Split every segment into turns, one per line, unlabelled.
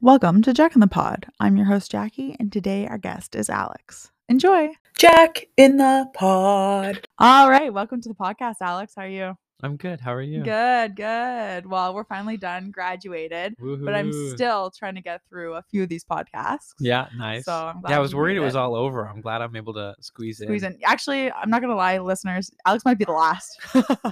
Welcome to Jack in the Pod. I'm your host, Jackie, and today our guest is Alex. Enjoy.
Jack in the pod.
All right. Welcome to the podcast, Alex. How are you?
I'm good. How are you?
Good, good. Well, we're finally done, graduated, but I'm
Woohoo.
still trying to get through a few of these podcasts.
Yeah, nice.
So I'm glad
yeah, I was
we
worried
made
it was
it.
all over. I'm glad I'm able to squeeze,
Squeeze in. Actually, I'm not going to lie, listeners. Alex might be the last.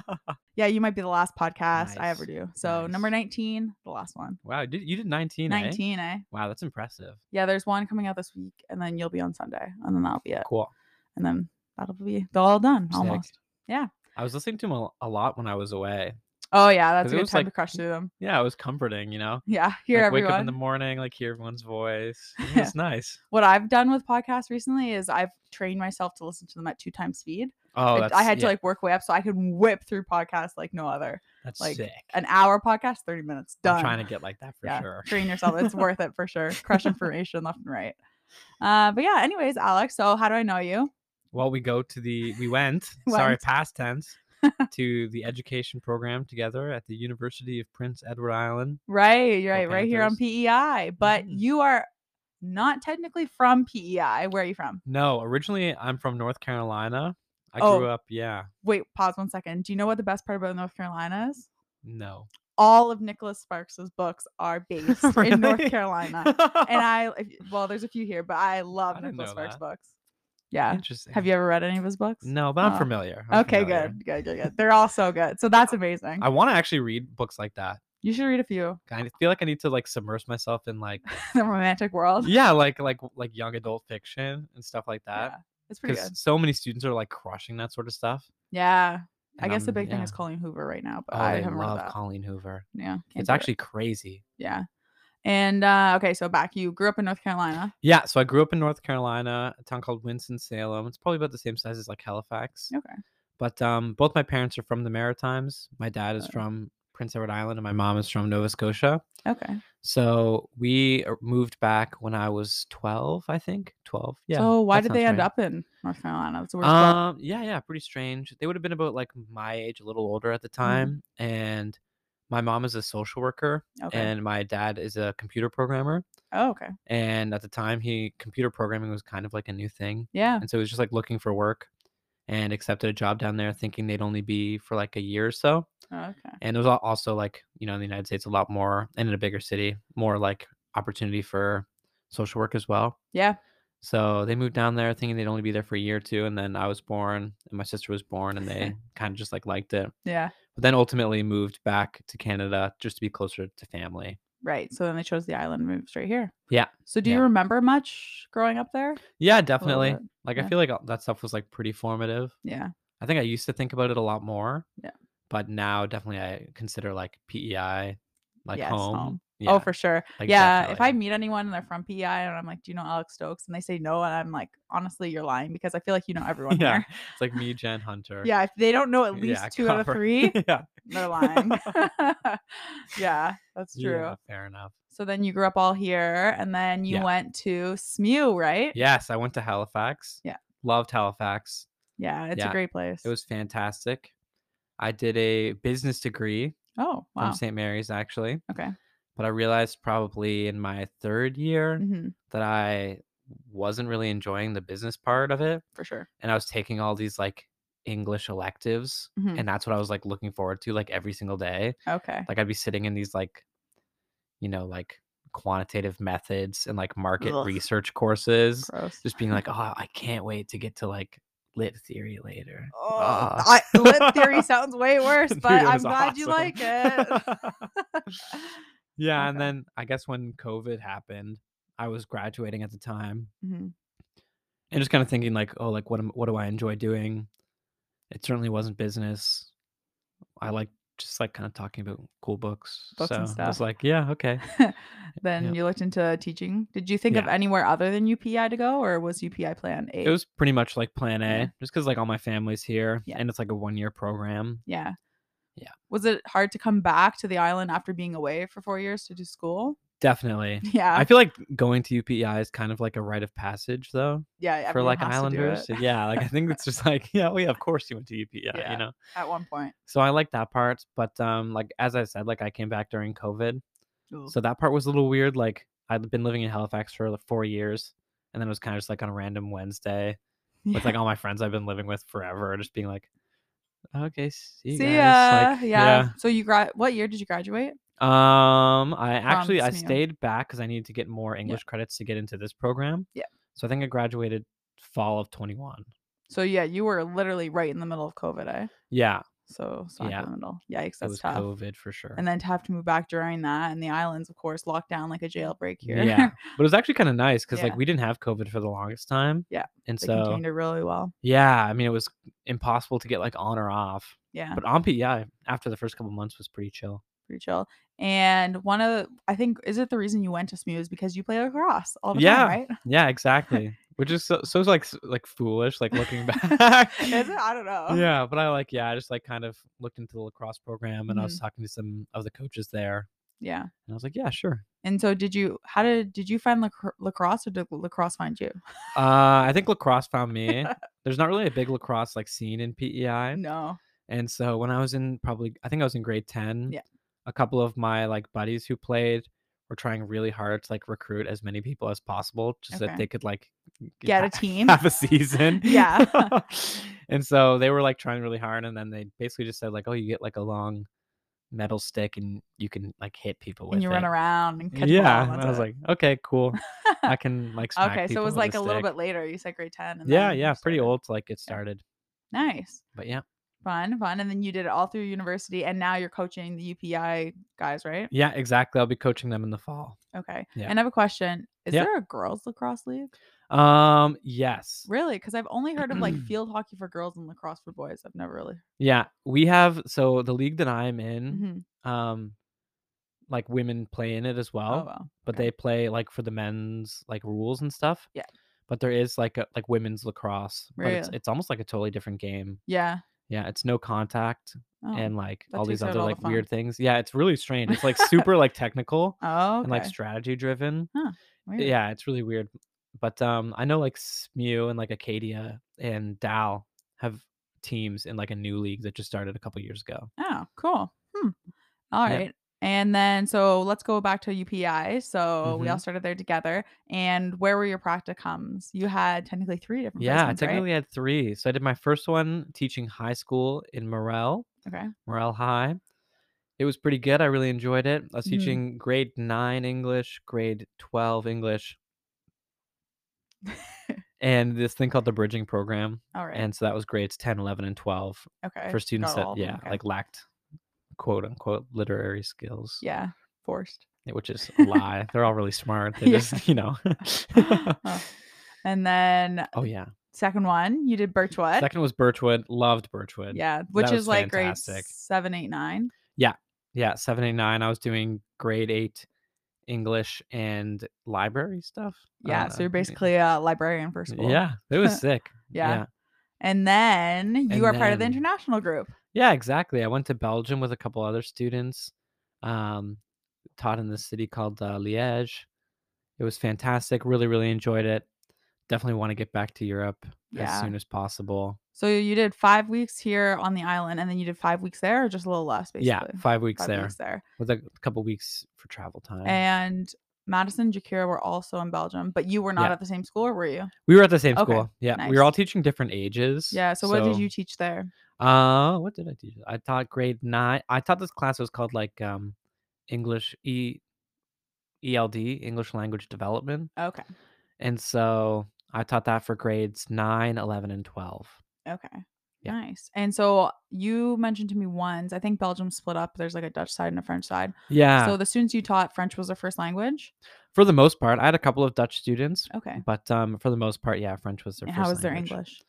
yeah, you might be the last podcast I ever
Nice,
do. So, number 19, the last one.
Wow, you did, you did 19, eh?
19, eh?
Wow, that's impressive.
Yeah, there's one coming out this week, and then you'll be on Sunday, and then that'll be it.
Cool.
And then that'll be they're all done
Sick.
almost. Yeah.
I was listening to him a, a lot when I was away.
Oh yeah, that's
'Cause
a
it
good
was,
time
like,
to crush through them.
Yeah, it was comforting, you know?
Yeah, hear
like, wake up in
everyone.
the morning, like hear everyone's voice. It
Yeah.
was nice.
what I've done with podcasts recently is I've trained myself to listen to them at two times speed.
Oh,
I,
that's,
I had to
yeah,
like work way up so I could whip through podcasts like no other.
that's
like,
sick.
An hour podcast, thirty minutes, done.
I'm trying to get like that for
yeah,
sure.
train yourself. It's worth it for sure. Crush information left and right. Uh, but yeah, anyways, Alex. So how do I know you?
Well, we go to the, we went, sorry,
Went.
past tense, to the education program together at the University of Prince Edward Island.
Right, you're right, right here on
Panthers.
PEI. But
Mhm.
you are not technically from PEI. Where are you from?
No, originally I'm from North Carolina. I grew
Oh.
up, yeah.
Wait, pause one second. Do you know what the best part about North Carolina is?
No.
All of Nicholas Sparks's books are based in North
Really?
Carolina. And I, if, well, there's a few here, but I love
I didn't
Nicholas
know
Sparks
that.
books. Yeah.
Interesting.
Have you ever read any of his books?
No, but I'm
Oh.
familiar. I'm
Okay,
familiar.
good, good, good, good. They're all so good. So that's amazing.
I want to actually read books like that.
you should read a few.
I feel like I need to like submerge myself in like
the Romantic World.
yeah, like like like young adult fiction and stuff like
Yeah,
that.
it's pretty
Because
good.
so many students are like crushing that sort of stuff.
Yeah. I
and
guess the
I'm-
big thing
um, yeah.
is Colleen Hoover right now, but
Oh,
I
they
haven't read
love
that.
Colleen Hoover.
yeah. can't
It's
do it.
actually crazy.
Yeah. And uh, okay, so back you grew up in North Carolina.
Yeah, so I grew up in North Carolina, a town called Winston Salem. It's probably about the same size as like Halifax.
Okay.
But um, both my parents are from the Maritimes. My dad is
Oh.
from Prince Edward Island, and my mom is from Nova Scotia.
Okay.
So we uh, moved back when I was 12, I think. 12. Yeah.
so why
that
did they
sounds
end
right.
up in North Carolina? That's a weird spot.
Um, yeah, yeah, pretty strange. They would have been about like my age, a little older at the
Mm-hmm.
time. And my mom is a social worker,
Okay.
and my dad is a computer programmer.
oh, okay.
And at the time, he computer programming was kind of like a new thing.
Yeah.
And so he was just like looking for work and accepted a job down there thinking they'd only be for like a year or so.
Oh, okay.
and it was al- also like you know in the united states a lot more and in a bigger city more like opportunity for social work as well
Yeah.
so they moved down there thinking they'd only be there for a year or two and then i was born and my sister was born and they kind of just like liked it
Yeah.
but then ultimately moved back to canada just to be closer to family
Right. So then they chose the island and moved straight here.
Yeah,
So do you
yeah.
remember much growing up there? A little
yeah definitely
bit.
like
yeah.
i feel like all- that stuff was like pretty formative
Yeah.
i think i used to think about it a lot more
Yeah.
but now definitely i consider like pei like
Yes,
home,
home.
Yeah,
Oh, for sure.
like,
yeah. If I
definitely.
meet anyone and they're from PEI and I'm like, do you know Alex Stokes? And they say no. And I'm like, honestly, you're lying because I feel like you know everyone
yeah
here.
it's like me jen hunter
Yeah. If they don't know at least
Yeah,
two out of
cover.
three,
yeah.
they're lying. yeah. That's true.
Yeah, fair enough.
So then you grew up all here, and then you
Yeah.
went to SMU, right?
Yes, I went to Halifax.
Yeah.
Loved Halifax.
Yeah, it's a
Yeah.
great place.
It was fantastic. I did a business degree
oh wow,
from St. Mary's actually,
okay,
but I realized probably in my third year
hmm
that I wasn't really enjoying the business part of it
for sure.
and I was taking all these like English electives
Mhm.
and that's what I was like looking forward to like every single day.
Okay,
Like I'd be sitting in these like, you know, like quantitative methods and like market
Ugh.
research courses,
gross.
just being like, oh, I can't wait to get to like lit theory later.
Oh,
Ah.
I, lit theory sounds way worse,
Dude,
but
it
I'm
was
glad you
awesome.
like it.
yeah, and
Okay.
then I guess when COVID happened, I was graduating at the time
Mhm.
and just kind of thinking like, oh, like what am, what do I enjoy doing? It certainly wasn't business. I like just like kind of talking about cool books.
Books
so
and
I was
stuff.
like, yeah, okay.
then
Yeah.
you looked into teaching. Did you think of
Yeah.
anywhere other than UPI to go, or was UPI plan A?
it was pretty much like plan
Yeah.
A, just because like all my family's here,
Yeah.
and it's like a one year program.
yeah,
Yeah.
Was it hard to come back to the island after being away for four years to do school?
Definitely.
Yeah.
I feel like going to UPEI is kind of like a rite of passage, though,
yeah.
for
everyone
like
has to do
Islanders.
it
Yeah, like I think it's just like, yeah, well, yeah, of course you went to UPEI,
Yeah.
you know.
at one point.
So I like that part, but um, like as I said, like I came back during COVID,
Ooh.
so that part was a little weird. Like I'd been living in Halifax for like, four years, and then it was kind of just like on a random Wednesday with like all my friends I've been living with forever, just being like, okay, see you
See
guys.
ya.
Like,
yeah. So you grad. What year did you graduate?
Um, I actually I
Promise me.
stayed back because I needed to get more English credits to get into this program.
Yeah.
So I think I graduated fall of twenty one.
So yeah, you were literally right in the middle of COVID. Eh?
Yeah,
So smack
Yeah.
in the middle. Yikes,
it
that's
was
tough.
COVID for sure.
And then to have to move back during that, and the islands, of course, locked down like a jailbreak here.
Yeah, but it was actually kind of nice because
Yeah.
like we didn't have COVID for the longest time.
Yeah,
and
they
so
contained it really well.
yeah, I mean it was impossible to get like on or off.
Yeah,
But on PEI after the first couple months was pretty chill.
pretty chill. And one of the- I think is it the reason you went to SMU is because you play lacrosse all the
Yeah.
time, right?
Yeah, exactly. Which is so, so like s- like foolish like looking back.
Is it? I don't know.
Yeah, but I like yeah, I just like kind of looked into the lacrosse program and
Mm-hmm.
I was talking to some of the coaches there
Yeah.
and I was like, yeah, sure.
And so did you? How did did you find lacro- lacrosse, or did lacrosse find you?
Uh, I think lacrosse found me. There's not really a big lacrosse like scene in E PEI.
No.
And so when I was in probably, I think I was in grade 10,
Yeah.
a couple of my like buddies who played were trying really hard to like recruit as many people as possible just so
Okay.
that they could like g-
Get a
ha-
team?
have a season.
Yeah.
and so they were like trying really hard. And then they basically just said, like, oh, you get like a long metal stick and you can like hit people with
and you
it.
run around and catch
yeah.
ball,
and
that's
I was
it.
like, okay, cool. I can like smack
okay, so it
people
was
with
like a little
stick."
bit later. You said grade ten. And
Yeah,
then
yeah,
you
pretty
started.
old to like get
Yeah.
started.
Nice,
But yeah.
fun, fun. And then you did it all through university, and now you're coaching the UPI guys, right?
Yeah, exactly. I'll be coaching them in the fall.
Okay.
Yeah.
And I have a question: Is
Yeah.
there a girls lacrosse league?
Um, yes.
Really? Because I've only heard of like field hockey for girls and lacrosse for boys. I've never really.
Yeah, we have so the league that I'm in,
Mhm.
um, like women play in it as
Oh,
well,
well.
but
okay.
they play like for the men's like rules and stuff.
Yeah.
But there is like a like women's lacrosse, but it's
Really?
it's almost like a totally different game.
Yeah.
Yeah, it's no contact
Oh.
and like
that
all these
takes out
other
all the
like
fun.
weird things. Yeah, it's really strange. It's like super like technical
oh,
and like
okay.
strategy driven.
Weird.
Yeah, it's really weird. But um I know like SMU and like Acadia and Dow have teams in like a new league that just started a couple years ago.
Oh, cool. Hmm. All
Yep.
right. And then, so let's go back to UPI. So we all
Mhm.
started there together. And where were your practicums? You had technically three different.
Yeah, I
placements, right?
technically had three. So I did my first one teaching high school in Morel,
Okay.
Morel High. It was pretty good. I really enjoyed it. I was
Mhm.
teaching grade nine English, grade 12 English, and this thing called the bridging program.
all right.
And so that was grades 10, 11, and 12
okay.
for students
got
that,
all of them,
yeah,
okay.
like lacked quote unquote literary skills, eh,
yeah, forced.
which is a lie. They're all really smart. They
Yeah.
just, you know.
Oh. And then
oh, yeah.
second one, you did Birchwood.
Second was Birchwood. Loved Birchwood.
yeah, which
was
is like grade
fantastic.
seven, eight, nine.
Yeah, seven and nine. I was doing grade eight English and library stuff. Uh, I
Yeah,
don't
so
know.
you're basically a librarian for school.
Yeah, it was sick.
Yeah.
yeah.
And then you
And
are part of the
then-
international group.
Yeah, exactly. I went to Belgium with a couple other students. Um, taught in this city called uh, Liège. It was fantastic. Really, really enjoyed it. Definitely want to get back to Europe
Yeah.
as soon as possible.
So you did five weeks here on the island, and then you did five weeks there, or just a little less, basically.
Yeah, five weeks
Five
there Uh-huh.
weeks there.
with a couple weeks for travel time.
And Madison and Jakira were also in Belgium, but you were not
Yeah.
at the same school, or were you?
we were at the same
Okay,
school. Yeah, we
nice.
were all teaching different ages.
Yeah. So, what did you teach there?
Uh, what did I teach? I taught grade nine. I taught this class. It was called like um, English E, ELD, English Language Development,
Okay.
and so I taught that for grades nine, eleven, and twelve.
Okay.
Yeah.
Nice. And so you mentioned to me once, I think Belgium split up. There's like a Dutch side and a French side.
Yeah,
So the students you taught, French was their first language.
for the most part, I had a couple of Dutch students,
Okay.
but um, for the most part, yeah, French was their.
And
first
how was their
language.
English?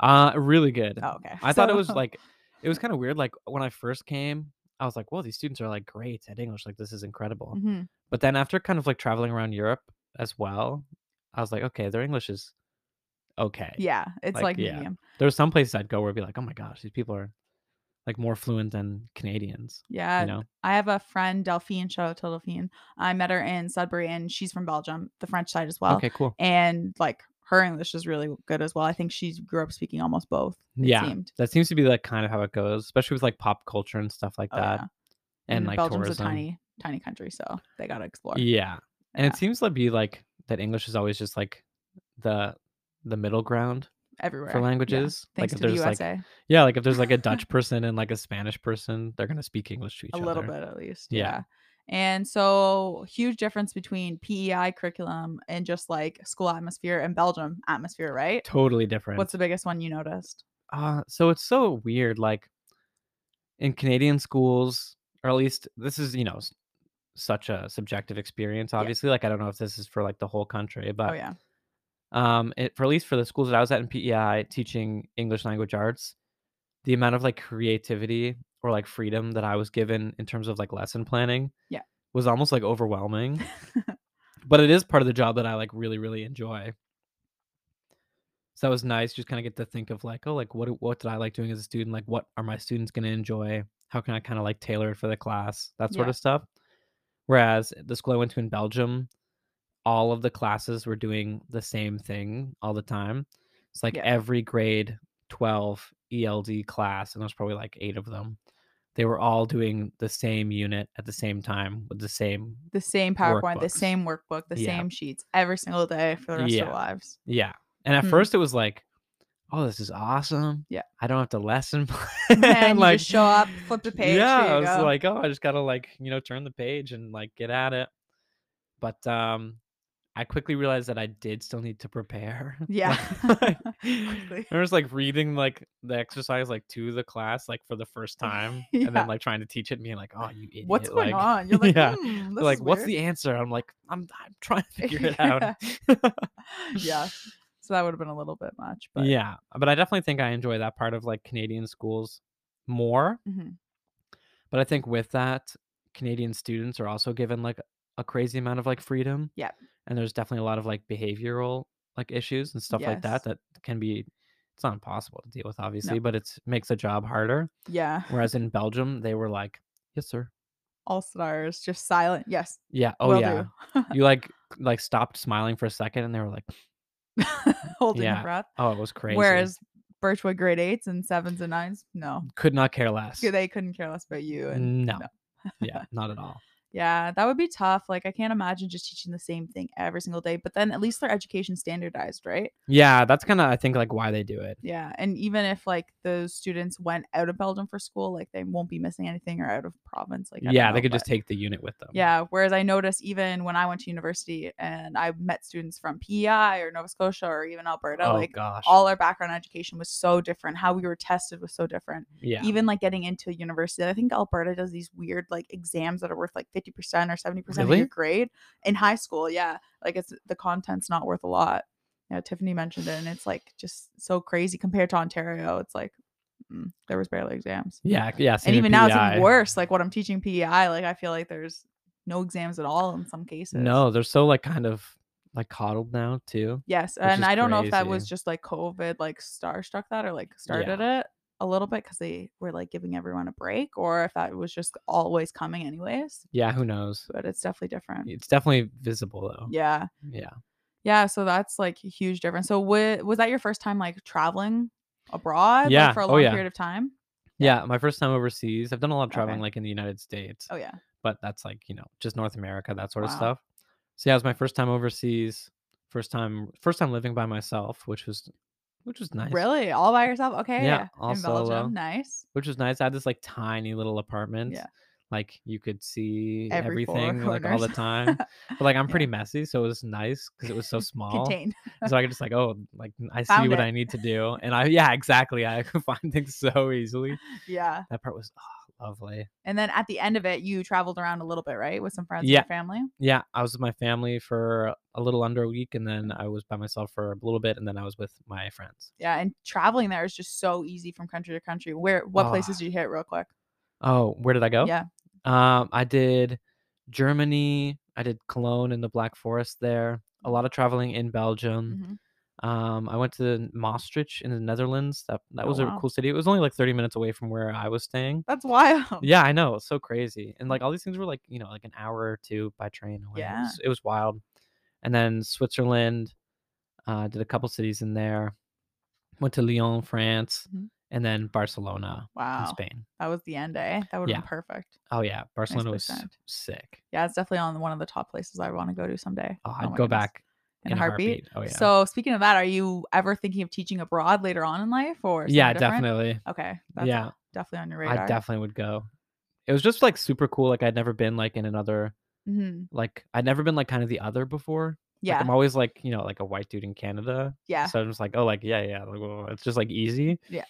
Uh, really good.
Oh, okay.
I thought it
So-
was like it was kind of weird. Like when I first came, I was like, "Whoa, these students are like great at English. Like this is incredible."
Mhm.
But then after kind of like traveling around Europe as well, I was like, okay, their English is okay.
Yeah. It's
Like,
like,
yeah.
medium.
There were some places I'd go where I'd be like, oh my gosh, these people are like more fluent than Canadians.
Yeah.
you know,
I have a friend, Delphine, shout out to Delphine. I met her in Sudbury and she's from Belgium, the French side as well.
okay, cool.
And like her English is really good as well. I think she grew up speaking almost both. it
Yeah,
seemed.
that seems to be like kind of how it goes, especially with like pop culture and stuff like
Oh,
that,
yeah. Mm,
and, like
Belgium's
tourism.
a tiny, tiny country, so they gotta explore.
Yeah. And
Yeah.
it seems to be like that English is always just like the the middle ground
everywhere
for
Yeah.
languages. like
Thanks
if
to the
there's
USA,
like yeah, like if there's like a Dutch person and like a Spanish person, they're gonna speak English to each
a
other.
little bit at least. Yeah.
Yeah.
And so huge difference between PEI curriculum and just like school atmosphere and Belgium atmosphere, right?
Totally different.
What's the biggest one you noticed?
uh so it's so weird like in canadian schools or at least this is you know s- such a subjective experience obviously like i don't know if this is for like the whole country but
oh yeah.
um it, for at least for the schools that i was at in pei teaching english language arts the amount of like creativity or like freedom that i was given in terms of like lesson planning
Yeah.
was almost like overwhelming but it is part of the job that i like really really enjoy so that was nice just kind of get to think of like oh like what do- what did i like doing as a student like what are my students going to enjoy how can i kind of like tailor it for the class that sort
Yeah.
of stuff whereas eh, the school i went to in belgium all of the classes were doing the same thing all the time it's like
Yeah.
every grade 12 eld class and there's probably like eight of them they were all doing the same unit at the same time with the same
The same PowerPoint, the
Workbooks.
same workbook, the
Yeah.
same sheets every single day for the rest of
Yeah.
their lives.
Yeah. And at
Hmm.
first it was like, oh, this is awesome.
Yeah.
I don't have to lesson plan.
And you just show up, flip the page, there
Yeah.
you
I was
go.
like, oh, I just gotta like, you know, turn the page and like get at it. But um I quickly realized that I did still need to prepare.
Yeah.
Like,
Quickly.
I was like reading like the exercise like to the class like for the first time, and
Yeah.
then like trying to teach it. And being like, "Oh, you idiot!"
What's going
like,
on? You're like,
yeah.
"Hmm,
They're
this
like,
is
what's
weird."
the answer? I'm like, I'm I'm trying to figure it out.
yeah. So that would have been a little bit much, but
Yeah, but I definitely think I enjoy that part of like Canadian schools more.
Mhm.
But I think with that, Canadian students are also given like a crazy amount of like freedom.
Yep.
And there's definitely a lot of like behavioral like issues and stuff like
Yes.
that that can be it's not impossible to deal with obviously, but it's makes the job harder.
yeah.
Whereas in Belgium, they were like, "Yes, sir."
All stars, just silent. Yes.
Yeah. Oh
will
yeah. you like like stopped smiling for a second and they were like,
do. Holding your
Yeah,
breath.
"Oh, it was crazy."
Whereas Birchwood grade eights and sevens and nines, no,
could not care less.
they couldn't care less about you. And
no. yeah, not at all.
yeah, that would be tough. Like I can't imagine just teaching the same thing every single day. But then at least their education standardized, right?
Yeah, that's kind of I think like why they do it.
Yeah, and even if like those students went out of Belgium for school, like they won't be missing anything or out of province. Like I don't
yeah,
know,
they could
but-
just take the unit with them.
Yeah. Whereas I noticed even when I went to university and I met students from PEI or Nova Scotia or even Alberta,
Oh
like
gosh.
all our background education was so different. How we were tested was so different.
yeah.
Even like getting into a university, I think Alberta does these weird like exams that are worth like 50% or 70% of your
Really?
grade in high school. Yeah. Like it's the content's not worth a lot. Yeah. Tiffany mentioned it and it's like just so crazy compared to Ontario. It's like mm, there was barely exams
yeah. Yeah. same
and
in E
even now it's
PEI.
even worse. Like what I'm teaching PEI, like I feel like there's no exams at all in some cases.
No, they're so like kind of like coddled now too.
Yes,
Which
and
is
I don't know if that was
crazy.
just like COVID, like star struck that or like started it a little bit because they were like giving everyone a break, or if that was just always coming anyways.
Yeah. Who knows?
But it's definitely different.
It's definitely visible though.
Yeah,
Yeah.
yeah. So that's like a huge difference. So wa- was that your first time like traveling abroad?
Yeah,
like, for a
oh
long
yeah.
period of time.
Yeah. My first time overseas. I've done a lot of
Okay.
traveling like in the United States,
Oh yeah,
but that's like you know just North America that sort of
Wow.
stuff. So yeah, it was my first time overseas. First time, first time living by myself, which was, which was nice.
really, all by yourself? Okay,
Yeah, all
in
solo.
Belgium, nice.
which was nice. I had this like tiny little apartment. Like you could see
Every four
everything like all the
corners.
time. But like I'm
Yeah.
pretty messy, so it was nice because it was so small.
Contained.
So I could just like, oh, like I see
Found
what
it.
I need to do. And I yeah, exactly. I could find things so easily.
Yeah.
That part was oh, lovely.
And then at the end of it, you traveled around a little bit, right? With some friends
Yeah.
and your family.
Yeah, I was with my family for a little under a week and then I was by myself for a little bit and then I was with my friends.
Yeah. And traveling there is just so easy from country to country. Where, what
Ah.
places did you hit real quick?
Oh, where did I go?
Yeah.
Um, I did Germany, I did Cologne and the Black Forest there, a lot of traveling in Belgium.
Mhm.
Um, I went to Maastricht in the Netherlands. That that
Oh,
was
wow.
a cool city. It was only like 30 minutes away from where I was staying.
That's wild.
Yeah, I know. It's so crazy. And like all these things were like, you know, like an hour or two by train away. It
Yeah.
was, it was wild. And then Switzerland, uh, did a couple cities in there. Went to Lyon, France,
Mhm.
and then Barcelona in
Wow.
Spain.
That was the end, eh? That would have
Yeah.
been perfect.
Oh yeah, Barcelona was s-
percent.
sick.
Yeah, it's definitely on one of the top places I want to go to someday.
Oh, I'd
my
go
goodness.
back
in, a heartbeat.
Oh yeah.
So speaking of that, are you ever thinking of teaching abroad later on in life or
yeah,
something different?
definitely.
Okay, that's
yeah,
definitely on your
I
radar.
definitely would go. It was just like super cool. Like I'd never been like in another
hmm
like I'd never been like kind of the other before. Like,
Yeah,
I'm always like you know like a white dude in Canada.
yeah,
So I'm just like oh like yeah yeah like, well, it's just like easy.
Yeah.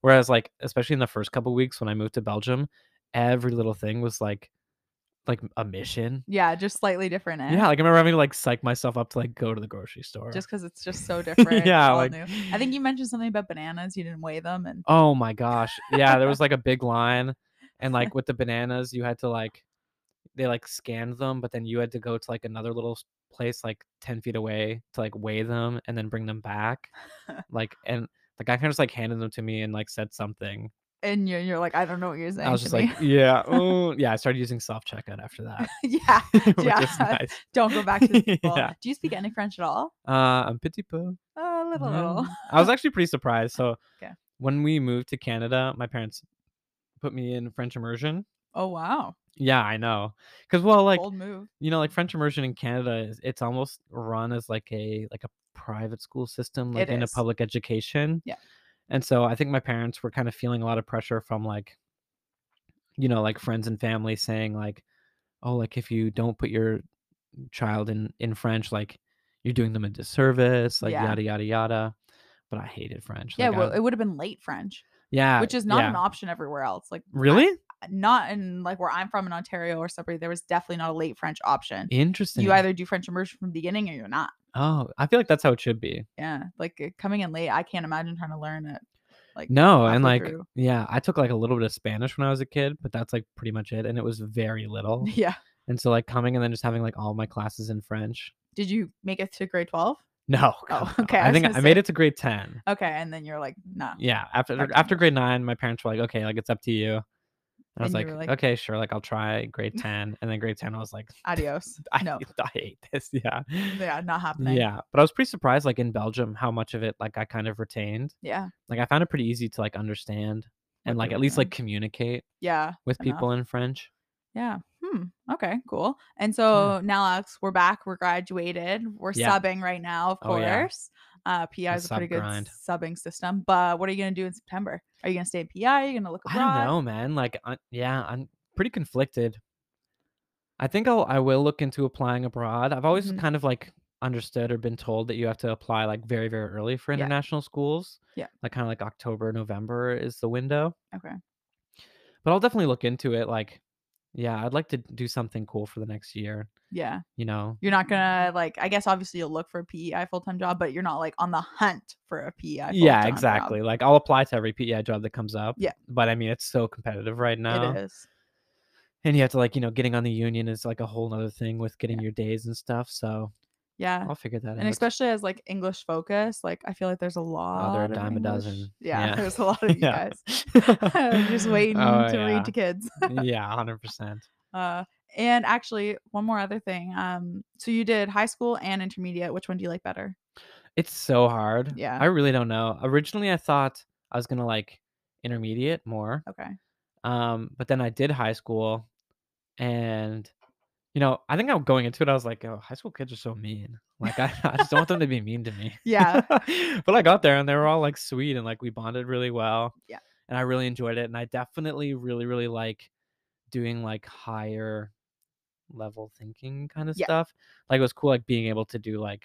Whereas like especially in the first couple weeks when I moved to Belgium, every little thing was like like a mission.
yeah, just slightly different. eh?
Yeah, like I remember having to like psych myself up to like go to the grocery store.
just because it's just so different.
yeah,
all
like
new. I think you mentioned something about bananas. You didn't weigh them, and
Oh my gosh. Yeah, there was like a big line and like with the bananas you had to like they like scanned them, but then you had to go to like another little s- place like 10 feet away to like weigh them and then bring them back. Like and the guy kind of just like handed them to me and like said something.
and you're, you're like, I don't know what you're saying.
I was
to
just
me."
like, yeah, oh yeah, I started using self checkout after that.
yeah,
which is
Yeah.
nice.
don't go back to the people.
Yeah.
Do you speak any French at all?
Uh, I'm petit peu.
A little, little.
Mm. I was actually pretty surprised. So
Okay.
when we moved to Canada, my parents put me in French immersion.
Oh wow,
Yeah, I know. Cause well, like
bold move.
you know, like French immersion in Canada is it's almost run as like a like a private school system, like
It
in a
is.
public education.
Yeah.
And so I think my parents were kind of feeling a lot of pressure from like, you know, like friends and family saying like, oh, like if you don't put your child in in French, like you're doing them a disservice, like
Yeah.
yada yada yada. But I hated French.
Yeah,
like, I-
well, it would have been late French,
um yeah,
which is not
yeah.
an option everywhere else. Like
really
not in like where I'm from in Ontario or Sudbury, there was definitely not a late French option.
interesting.
You either do French immersion from the beginning or you're not.
oh, I feel like that's how it should be.
Yeah, like uh, coming in late, I can't imagine trying to learn it. Like
No, and
halfway
like
through.
yeah, I took like a little bit of Spanish when I was a kid, but that's like pretty much it, and it was very little.
yeah.
And so like coming and then just having like all my classes in French.
Did you make it to grade twelve?
No,
Oh,
God, no.
okay, I
I,
was
think I
gonna
made
say.
it to grade ten.
Okay, and then you're like, nah.
Yeah, after
Part-time
after
work.
grade nine, my parents were like, "Okay, like it's up to you." And I
And
was
you
like,
were like-
"Okay, sure, like I'll try grade ten. And then grade ten, I was like,
Adios.
"I,
no.
I hate this." Yeah,
Yeah, not happening.
yeah. But I was pretty surprised, like in Belgium, how much of it like I kind of retained.
Yeah.
Like I found it pretty easy to like understand
What
and
they
like at
were
least
doing.
like communicate
Yeah.
with
Enough.
people in French.
Yeah. Hmm. Okay, cool.
Hmm.
And so now, Alex, we're back. We're graduated. We're
Yeah.
subbing right now, of
Oh, yeah.
course. Uh, PI is a pretty good
sub-grind.
subbing system. But what are you going to do in September? Are you going to stay in PI? Are you going to look
I
abroad?
don't know, man. Like, I, yeah, I'm pretty conflicted. I think I'll I will look into applying abroad. I've always
Mhm.
kind of like understood or been told that you have to apply like very very early for
Yeah.
international schools.
Yeah.
like kind of like October November is the window.
Okay.
But I'll definitely look into it. Like, yeah, I'd like to do something cool for the next year.
Yeah.
You know.
You're not going to, like, I guess obviously you'll look for a PEI full time job, but you're not like on the hunt for a PEI. Full-time
yeah,
job.
exactly. Like I'll apply to every PEI job that comes up.
Yeah.
But I mean, it's so competitive right now.
It is.
and you have to like you know getting on the union is like a whole nother thing with getting your days and stuff so
Yeah.
i'll figure that out
and especially as like English focus, like I feel like there's a lot.
oh they're a
of
dime a
English-
dozen
Yeah, there's a lot of you guys just waiting
Oh,
to
yeah.
read to kids.
yeah 100 percent.
Uh, and actually, one more other thing. Um, so you did high school and intermediate. Which one do you like better?
it's so hard
Yeah.
i really don't know originally i thought i was gonna like intermediate more
Okay.
um but then i did high school and you know i think i'm going into it i was like oh high school kids are so mean like i, I just don't want them to be mean to me
Yeah.
but i got there and they were all like sweet and like we bonded really well
Yeah.
and i really enjoyed it and i definitely really really like doing like higher level thinking kind of
Yeah.
stuff like it was cool like being able to do like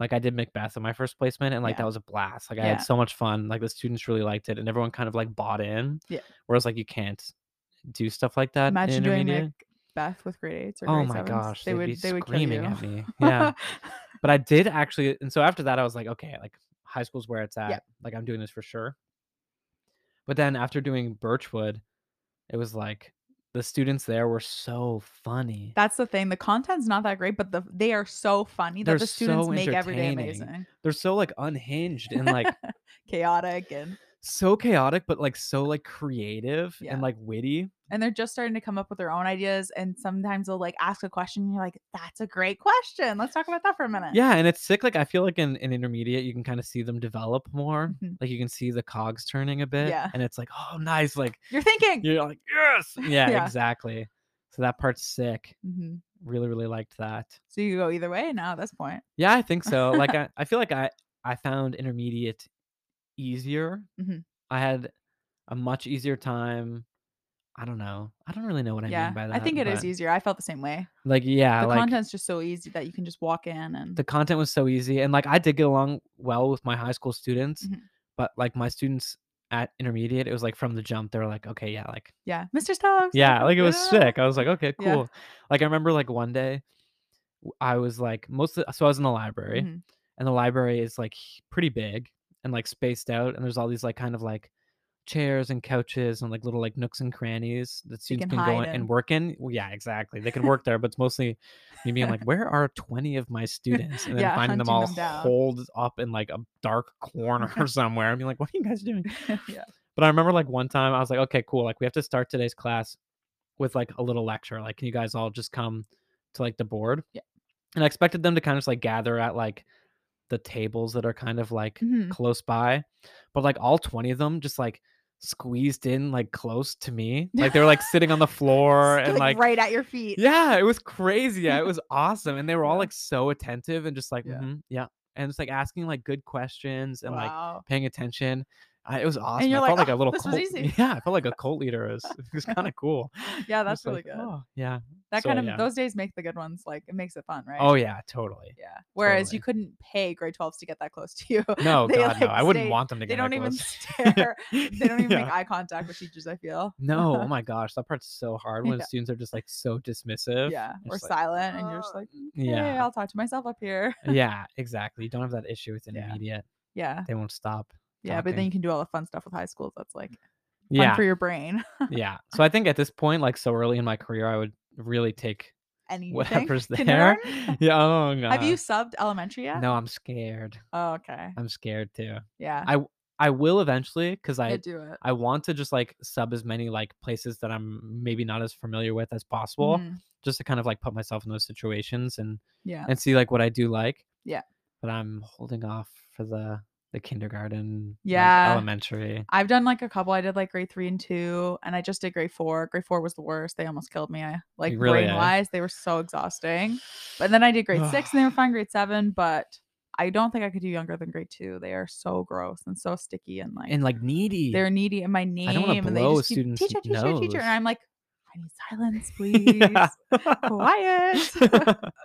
like i did macbeth in my first placement and like
Yeah.
that was a blast like i
Yeah.
had so much fun like the students really liked it and everyone kind of like bought in
Yeah.
whereas like you can't do stuff like that. in
Imagine doing
intermediate.
Macbeth with grade eights or
oh
grade
my
sevens.
gosh,
they
they'd
would
be
they would kill
screaming
you.
at me. Yeah, but I did actually, and so after that, I was like, okay, like high school's where it's at.
Yeah.
Like I'm doing this for sure. But then after doing Birchwood, it was like the students there were so funny.
That's the thing. The content's not that great, but the they are so funny that
They're
the students
so
make every day
entertaining.
amazing.
They're so like unhinged and like
Chaotic and
so chaotic, but like so like creative
Yeah.
and like witty.
and they're just starting to come up with their own ideas. And sometimes they'll like ask a question. And you're like, that's a great question. Let's talk about that for a minute.
Yeah, and it's sick. Like I feel like in, in intermediate, you can kind of see them develop more.
Mhm.
Like you can see the cogs turning a bit.
Yeah.
And it's like, oh nice. Like
You're thinking.
you're like, yes. Yeah,
Yeah.
exactly. So that part's sick.
hmm
Really, really liked that.
So you could go either way now at this point.
Yeah, I think so. Like I, I feel like I I found intermediate easier.
Mhm.
I had a much easier time. I don't know. I don't really know what I
yeah.
mean by that.
I think it is
but,
easier. I felt the same way.
Like yeah,
The
like
content's just so easy that you can just walk in and
the content was so easy and like I did get along well with my high school students,
Mhm.
but like my students at intermediate, it was like from the jump they were like, "Okay, yeah, like
yeah. Mr. Stokes.
yeah like it was
yeah.
sick i was like okay
Yeah.
cool like i remember like one day w- i was like most of, so i was in the library
Mhm.
and the library is like h- pretty big and like spaced out and there's all these like kind of like chairs and couches and like little like nooks and crannies that students
can
can, go
hide
in
in.
and work in well, yeah exactly they can work there but it's mostly me being like where are 20 of my students and then
Yeah,
finding them
hunting
all
them down.
holed up in like a dark corner somewhere i mean like what are you guys doing
Mm-hmm. yeah.
but I remember like one time I was like, okay, cool. Like we have to start today's class with like a little lecture. Like, can you guys all just come to like the board?
Yeah.
And I expected them to kind of just like gather at like the tables that are kind of like
Mhm.
close by. But like all 20 of them just like squeezed in like close to me. Like they were like sitting on the floor
Just,
and like
right at your feet.
yeah, it was crazy. Yeah, it was awesome. And they were all
Yeah.
like so attentive and just like,
Yeah.
"Mhm, yeah. And it's like asking like good questions and like
wow.
paying attention. I, it was awesome.
you're
I
like,
felt like
"Oh,
a little
this was
cult.
easy."
Yeah, I felt like a cult leader. It was, it was kind of cool.
yeah,
I'm
that's
just like,
really good.
"Oh, yeah.
that
so,
kind of
yeah.
those days make the good ones like it makes it fun, right?
Oh yeah, totally.
Yeah. Whereas you
totally.
couldn't pay grade 12s to get that close to you.
No,
They,
God, no.
like,
I wouldn't
stay-
want them to
they
get
don't
that
even
close.
stare. they don't even make
Yeah.
eye contact with teachers, I feel.
No, oh my gosh, that part's so hard when
Yeah.
students are just like so dismissive.
Yeah.
You're
Or
just like,
silent and you're just like, hey,
yeah,
I'll talk to myself up here.
yeah, exactly. You don't have that issue with
Yeah.
intermediate.
Yeah.
They won't stop.
Yeah. But then
talking.
you can do all the fun stuff with high school that's like fun
Yeah,
for your brain.
yeah. So I think at this point, like so early in my career, I would really take
Anything.
whatever's there.
kindergarten?
Yeah. Oh no.
Have you subbed elementary yet?
No, I'm scared.
Oh, okay.
I'm scared too.
Yeah.
I I will eventually because
I
I
do it.
I want to just like sub as many like places that I'm maybe not as familiar with as possible,
Mhm.
just to kind of like put myself in those situations and
Yeah.
and see like what I do like.
Yeah.
But I'm holding off for the the kindergarten. like,
Yeah.
elementary.
I've done like a couple. I did like grade three and two, and I just did grade four. Grade four was the worst. They almost killed me. I like
really, eh?
brain wise, they were so exhausting. But then I did grade six, and they were fine. Grade seven, but I don't think I could do younger than grade two. They are so gross and so sticky, and like
And like needy.
they're needy in my name.
I don't wanna
and they
blow a
just keep,
student's
teacher, teacher, teacher,
nose.
and I'm like, I need silence, please.
Yeah.
Quiet.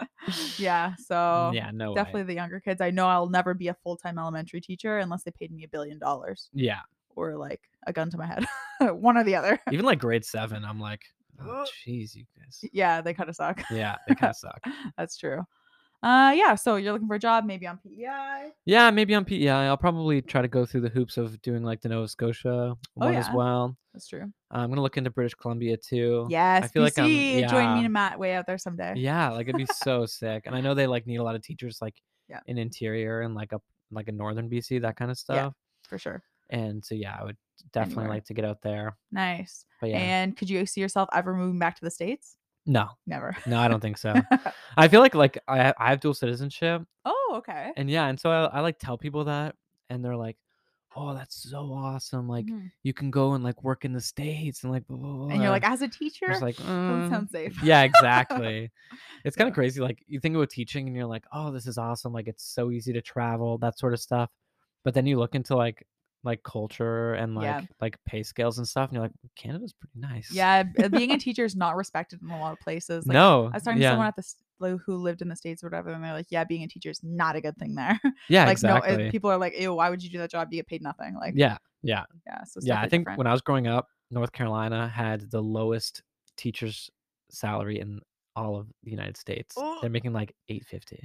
yeah. So
yeah, no. way.
definitely the younger kids. I know I'll never be a full time elementary teacher unless they paid me a billion dollars
Yeah.
or like a gun to my head, one or the other.
Even like grade seven, I'm like, oh
Ugh.
jeez, you guys.
Yeah, they kind of suck.
Yeah, they kind of suck.
That's true. Uh, yeah. So you're looking for a job, maybe on PEI.
Yeah, maybe on PEI. I'll probably try to go through the hoops of doing like the Nova Scotia one as
Oh, yeah.
well.
That's true.
I'm gonna look into British Columbia too.
Yes,
feel like I'm-
BC. Join me
yeah.
and Matt way out there someday.
Yeah, like it'd be so sick. And I know they like need a lot of teachers like
Yeah.
in interior and like up like in northern BC, that kind of stuff.
for sure.
And so yeah, I would definitely
Anywhere.
like to get out there.
Nice.
But yeah.
And could you see yourself ever moving back to the states?
no.
Never.
No, I don't think so. I feel like like I ha- I have dual citizenship
oh, okay.
and yeah, and so I, I like tell people that and they're like, Oh, that's so awesome. Like
Mhm.
you can go and like work in the States and like blah blah blah.
and you're like,
I
as a teacher,
was uh, like,
doesn't
"Mm,
sound safe.
yeah exactly it's kind of
Yeah.
crazy like you think about teaching and you're like oh this is awesome like it's so easy to travel that sort of stuff but then you look into like like culture and like
Yeah.
like pay scales and stuff and you're like canada's pretty nice
Yeah, b- being a teacher is not respected in a lot of places. Like,
no
I was talking
yeah
to someone at the s- lo- who lived in the states or whatever, and they're like, "Yeah, being a teacher is not a good thing there."
yeah
like,
exactly
no, it, people are like, "Ew, why would you do that job? You get paid nothing." Like,
yeah yeah
yeah. So
yeah i think
different.
when i was growing up north carolina had the lowest teachers salary in all of the united states they're making like 850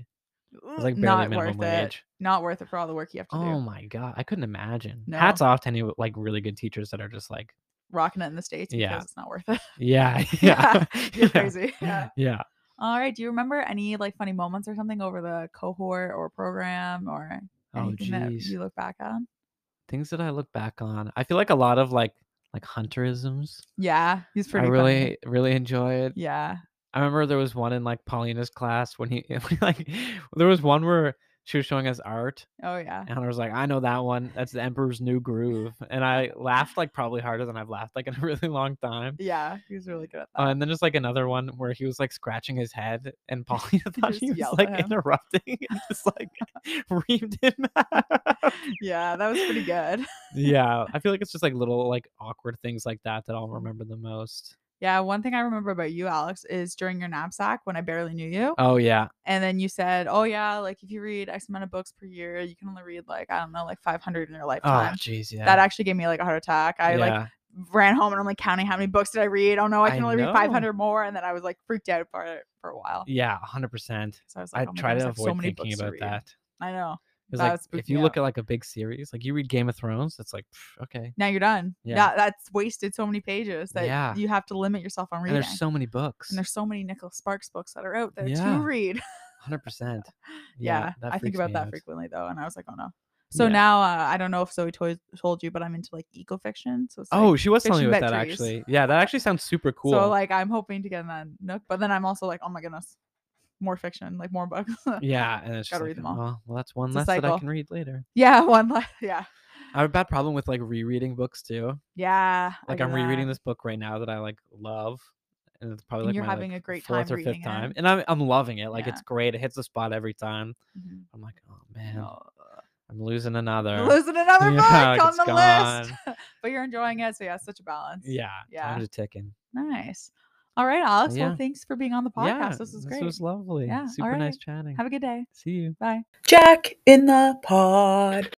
it was like barely
Mm, Not
minimum
worth it.
wage
not worth it for all the work you have to
Oh
do.
my god, I couldn't imagine. Hats off to any like really good teachers that are just like
rocking it in the states because
Yeah.
it's not worth it.
Yeah. Yeah.
You're crazy. Yeah.
Yeah.
All right. Do you remember any like funny moments or something over the cohort or program or
Oh,
anything that
geez.
you look back on?
Things that I look back on. I feel like a lot of like like hunterisms.
Yeah, he's
I
pretty. funny.
really really enjoy it.
Yeah.
I remember there was one in like Paulina's class when he when, like there was one where she was showing us art
Oh yeah.
and I was like, I know that one. That's the Emperor's New Groove. And I laughed like probably harder than I've laughed like in a really long time.
Yeah, he was really good at that.
Uh, and then there's like another one where he was like scratching his head, and Paulina thought
just
he was
yelled at
like
him.
interrupting and just like reamed him. out.
yeah, that was pretty good.
yeah, I feel like it's just like little like awkward things like that that I'll remember the most.
Yeah, one thing I remember about you, Alex, is during your knapsack when I barely knew you,
Oh yeah,
and then you said, "Oh yeah, like if you read X amount of books per year, you can only read like I don't know, like 500 in your
oh
lifetime."
jeez, yeah.
That actually gave me like a heart attack. I like ran home and I'm like counting how many books did I read. Oh no, I
I
can only
know.
read 500 more, and then I was like freaked out for for a while.
yeah, hundred percent.
So I was
I
like, "Oh my
try
gosh,
to
like, so
avoid
many
thinking
books to
about
read."
that.
I know.
Because
That
like,
would
if
spook
you
me
look
out.
at like a big series, like you read Game of Thrones, it's like pff, okay,
Now you're done.
Yeah.
Yeah. that's wasted so many pages that
Yeah.
you have to limit yourself on
and
reading.
there's so many books,
and there's so many Nicholas Sparks books that are out there
Yeah.
to read.
hundred percent.
Yeah,
that
I think
freaks
about
me
that
out.
frequently though, and I was like, oh no. So
Yeah.
now uh, I don't know if Zoe told told you, but I'm into like ecofiction. So it's like,
Oh, she was telling me
fiction
about
about
that
trees.
actually. Yeah, that actually sounds super cool.
so like I'm hoping to get in that nook, but then I'm also like, oh my goodness, more fiction, like more books.
Yeah, and it's just
Gotta
like,
read them all.
"Oh, well, that's one
It's a
less that I
cycle.
can read later.
yeah, one like yeah,
I have a bad problem with like rereading books too.
Oh, yeah. I
Like
get
I'm rereading
that.
this book right now that I like love, and it's probably
And
like
you're
my,
having
like,
a great
fourth
time
or fifth
reading
time,
it.
and I'm I'm loving it. Like
Yeah.
it's great. It hits the spot every time.
Mhm.
I'm like, oh man,
No.
I'm losing another.
Losing another
uh, Yeah,
book on
it's
the
gone.
list, but you're enjoying it, so yeah, such a balance.
yeah,
Yeah.
time to tick in.
Nice. All right, Alex.
yeah.
Well, thanks for being on the podcast.
yeah,
this was
This
great.
was lovely.
Yeah, all
super nice
right.
chatting.
Have a good day.
See you.
Bye.
Jack in the pod.